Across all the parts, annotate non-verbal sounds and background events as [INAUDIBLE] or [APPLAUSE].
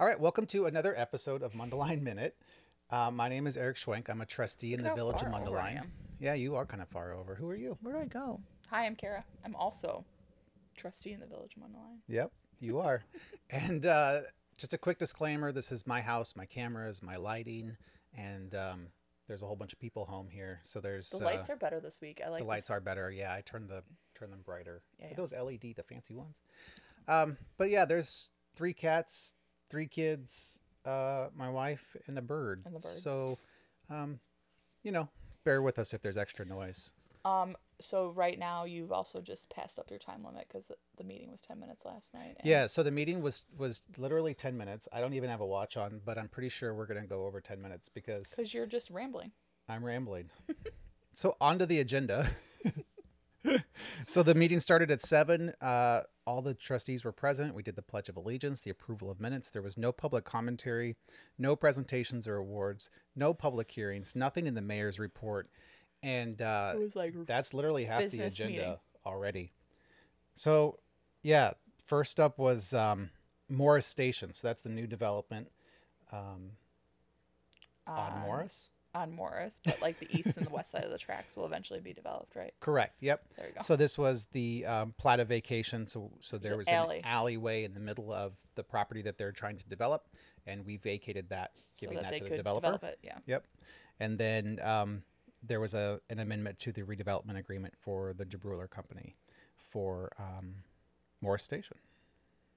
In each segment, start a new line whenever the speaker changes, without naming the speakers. All right, welcome to another episode of Mundelein Minute. Uh, my name is Eric Schwenk. I'm a trustee in
Look
the
how
village of
far over I
Mundelein.
am.
Yeah, you are kind of far over. Who are you?
Where do I go?
Hi, I'm Kara. I'm also trustee in the Village of Mundelein.
Yep,
[LAUGHS]
you are. and uh, just a quick disclaimer this is my house, my cameras, my lighting, and um, there's a whole bunch of people home here. So there's
The
uh,
lights are better this week. I like
the lights are better. Yeah, I turned the turn them brighter.
Yeah,
Are
yeah.
those LED, the fancy ones. Um, but yeah, there's three cats, three kids, uh, my wife, and a bird.
And the birds.
So, um, you know, bear with us if there's extra noise.
Um, so right now you've also just passed up your time limit because the, the meeting was ten minutes last night. and-
Yeah. So the meeting was was literally ten minutes. I don't even have a watch on, but I'm pretty sure we're gonna go over ten minutes because
Because you're just rambling.
I'm rambling. [LAUGHS] so onto the agenda. [LAUGHS] so the meeting started at seven. Uh, all the trustees were present. We did the pledge of allegiance, the approval of minutes. There was no public commentary, no presentations or awards, no public hearings, nothing in the mayor's report, and uh,
It was like
that's literally half the
business
agenda
meeting.
already. So, yeah, first up was um, Morris Station. So that's the new development um, on Morris.
Um, On Morris, but like the east and the
[LAUGHS]
west side of the tracks will eventually be developed, right?
Correct. Yep.
There you go.
So this was the um, plat of vacation. So so there
an
was
alley.
an alleyway in the middle of the property that they're trying to develop, and we vacated that, giving
so
that,
that, they
to the
could
developer.
develop it. Yeah.
Yep. And then um, there was a an amendment to the redevelopment agreement for the DeBruler company for um, Morris Station.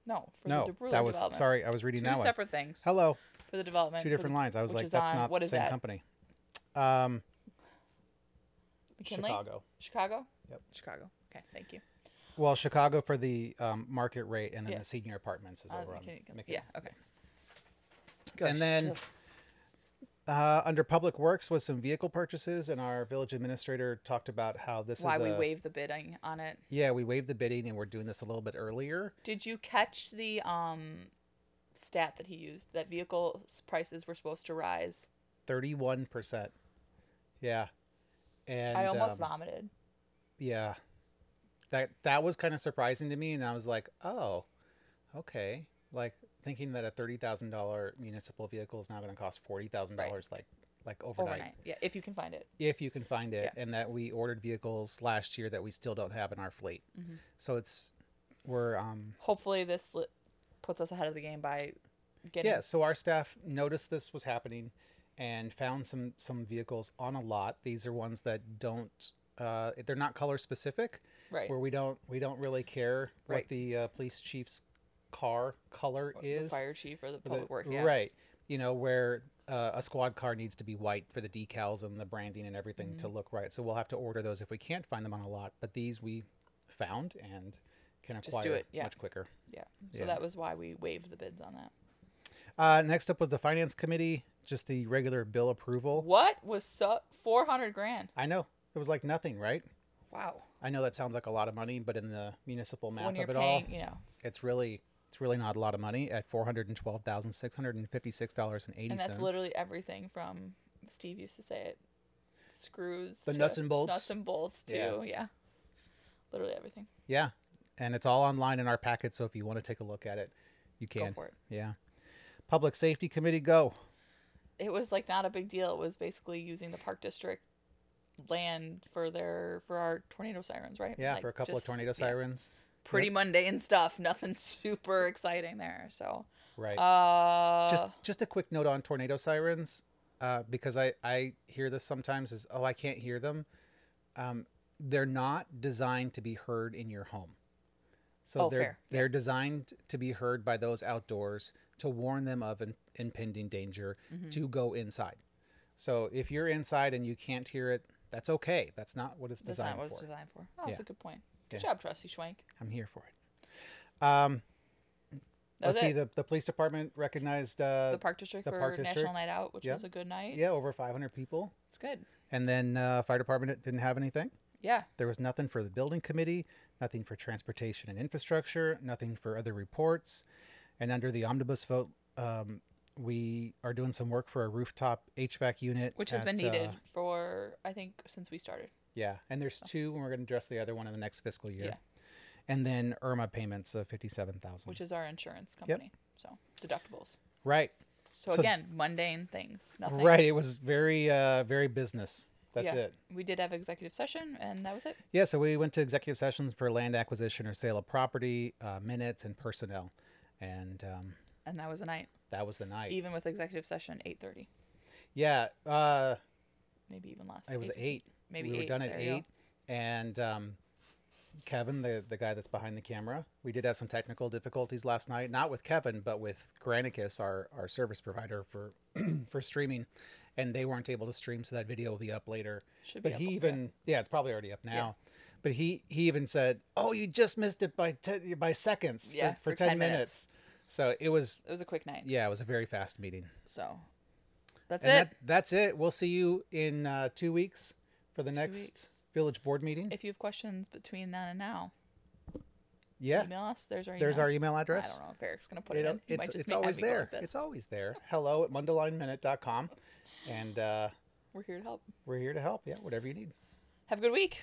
No. For
no,
the DeBruler
that was
development.
sorry, I was
Two
reading that one.
separate things
Hello,
for the development.
two
for
different
the,
lines. I was
which
like,
is
that's
on-
not
what
the
is
same
that?
company. Um,
McKinley?
Chicago.
Chicago.
Yep.
Chicago. Okay. Thank you.
Well, Chicago for the um, market rate, and then
Yeah.
the senior apartments is
Uh,
over on
McKinney-
McKinney.
yeah. Okay.
and then uh, under public works was some vehicle purchases and our village administrator talked about how this
Why
is
we
a-
waived the bidding on it.
yeah we waived the bidding and we're doing this a little bit earlier
Did you catch the um stat that he used that vehicle s- prices were supposed to rise?
31% yeah and
I almost
um,
vomited.
yeah that that was kind of surprising to me and i was like oh okay like thinking that a $30000 municipal vehicle is now going to cost $40000 like like
Overnight.
overnight
Yeah, if you can find it.
if you can find it
Yeah.
and that we ordered vehicles last year that we still don't have in our fleet
Mm-hmm.
so it's we're um
Hopefully this li- puts us ahead of the game by getting
yeah so our staff noticed this was happening and found some some vehicles on a lot these are ones that don't uh they're not color specific
right.
where we don't we don't really care what
Right.
the uh, police chief's car color
the
is
fire chief or the
for the-
public work. Yeah.
Right. You know, where uh, a squad car needs to be white for the decals and the branding and everything
Mm-hmm.
to look right. So we'll have to order those if we can't find them on a lot. But these we found and can
Just do
acquire
it, yeah.
much quicker.
Yeah. So
Yeah.
that was why we waived the bids on that.
Uh, next up was the finance committee, just the regular bill approval.
What was so 400 grand?
I know it was like nothing, right?
Wow.
I know that sounds like a lot of money, but in the municipal math
when you're
of it
paying,
all,
you know,
it's really it's really not a lot of money at four hundred and twelve thousand six hundred and fifty six dollars and eighty
and
cents.
that's literally everything from Steve used to say it screws
The
to
nuts and bolts.
nuts and bolts too.
Yeah.
yeah. Literally everything.
Yeah. And it's all online in our packet, so if you want to take a look at it, you can.
Go for it.
Yeah. Public Safety Committee, go.
it was like not a big deal. It was basically using the park district land for their for our tornado sirens, right?
Yeah,
Like,
for a couple
just-
of tornado
yeah,
sirens.
pretty mundane stuff. [LAUGHS] Nothing super exciting there. So,
Right.
uh,
just just a quick note on tornado sirens, uh, because I I hear this sometimes is oh I can't hear them. Um, they're not designed to be heard in your home. So
Oh,
they're
fair.
they're designed to be heard by those outdoors to warn them of an impending danger
Mm-hmm.
to go inside. So if you're inside and you can't hear it, that's okay. That's not what it's
that's not
designed
what it's
for.
designed for. Oh, that's
Yeah.
a good point. Good
Yeah.
job, Trusty Schwank.
I'm here for it. Um,
That
let's
was
see.
it.
The, the police department recognized uh,
the park district
the
for
Park District.
National Night Out, which
Yeah.
was a good night.
yeah over 500 people,
it's good.
and then uh, fire department didn't have anything.
Yeah,
There was nothing for the building committee, nothing for transportation and infrastructure, nothing for other reports. And under the omnibus vote, um, we are doing some work for a rooftop HVAC unit.
which has
at,
been needed
uh,
for I think since we started.
yeah. And there's two, and we're going to address the other one in the next fiscal year.
Yeah.
And then IRMA payments of 57000
Which is our insurance company. So deductibles.
Right.
So,
So-
again, mundane things. Nothing.
Right. It was very, uh, very business. That's
Yeah.
it.
We did have executive session, and that was it.
Yeah. So we went to executive sessions for land acquisition or sale of property, uh, minutes, and personnel. And um,
And that was the night.
that was the night.
Even with executive session, eight thirty,
yeah. Uh,
maybe even less.
it was
8:15.
eight.
Maybe
we were
eight.
done at
There you go.
eight. And um, Kevin, the, the guy that's behind the camera, we did have some technical difficulties last night, not with Kevin, but with Granicus, our, our service provider for [CLEARS THROAT] for streaming. And they weren't able to stream, so that video will be up later.
Should be
But
up
he
on- yeah.
even yeah. it's probably already up now. But he he even said, "Oh, you just missed it by ten, by seconds
Yeah,
for, for, 10, minutes. So it was
It was a quick night.
yeah, it was a very fast meeting.
So that's
and
it.
That, that's it. We'll see you in uh, 2 weeks for the next
weeks.
village board meeting.
If you have questions between then and now,
yeah.
email us. There's our email.
There's our email
I
address.
don't know if Eric's gonna put it,
It,
in. He
it's
might just
it's
ma- have
always
me go
there.
like this.
it's always there. Hello at mundelineminute.com. And uh,
We're here to help.
we're here to help. Yeah, whatever you need.
Have a good week.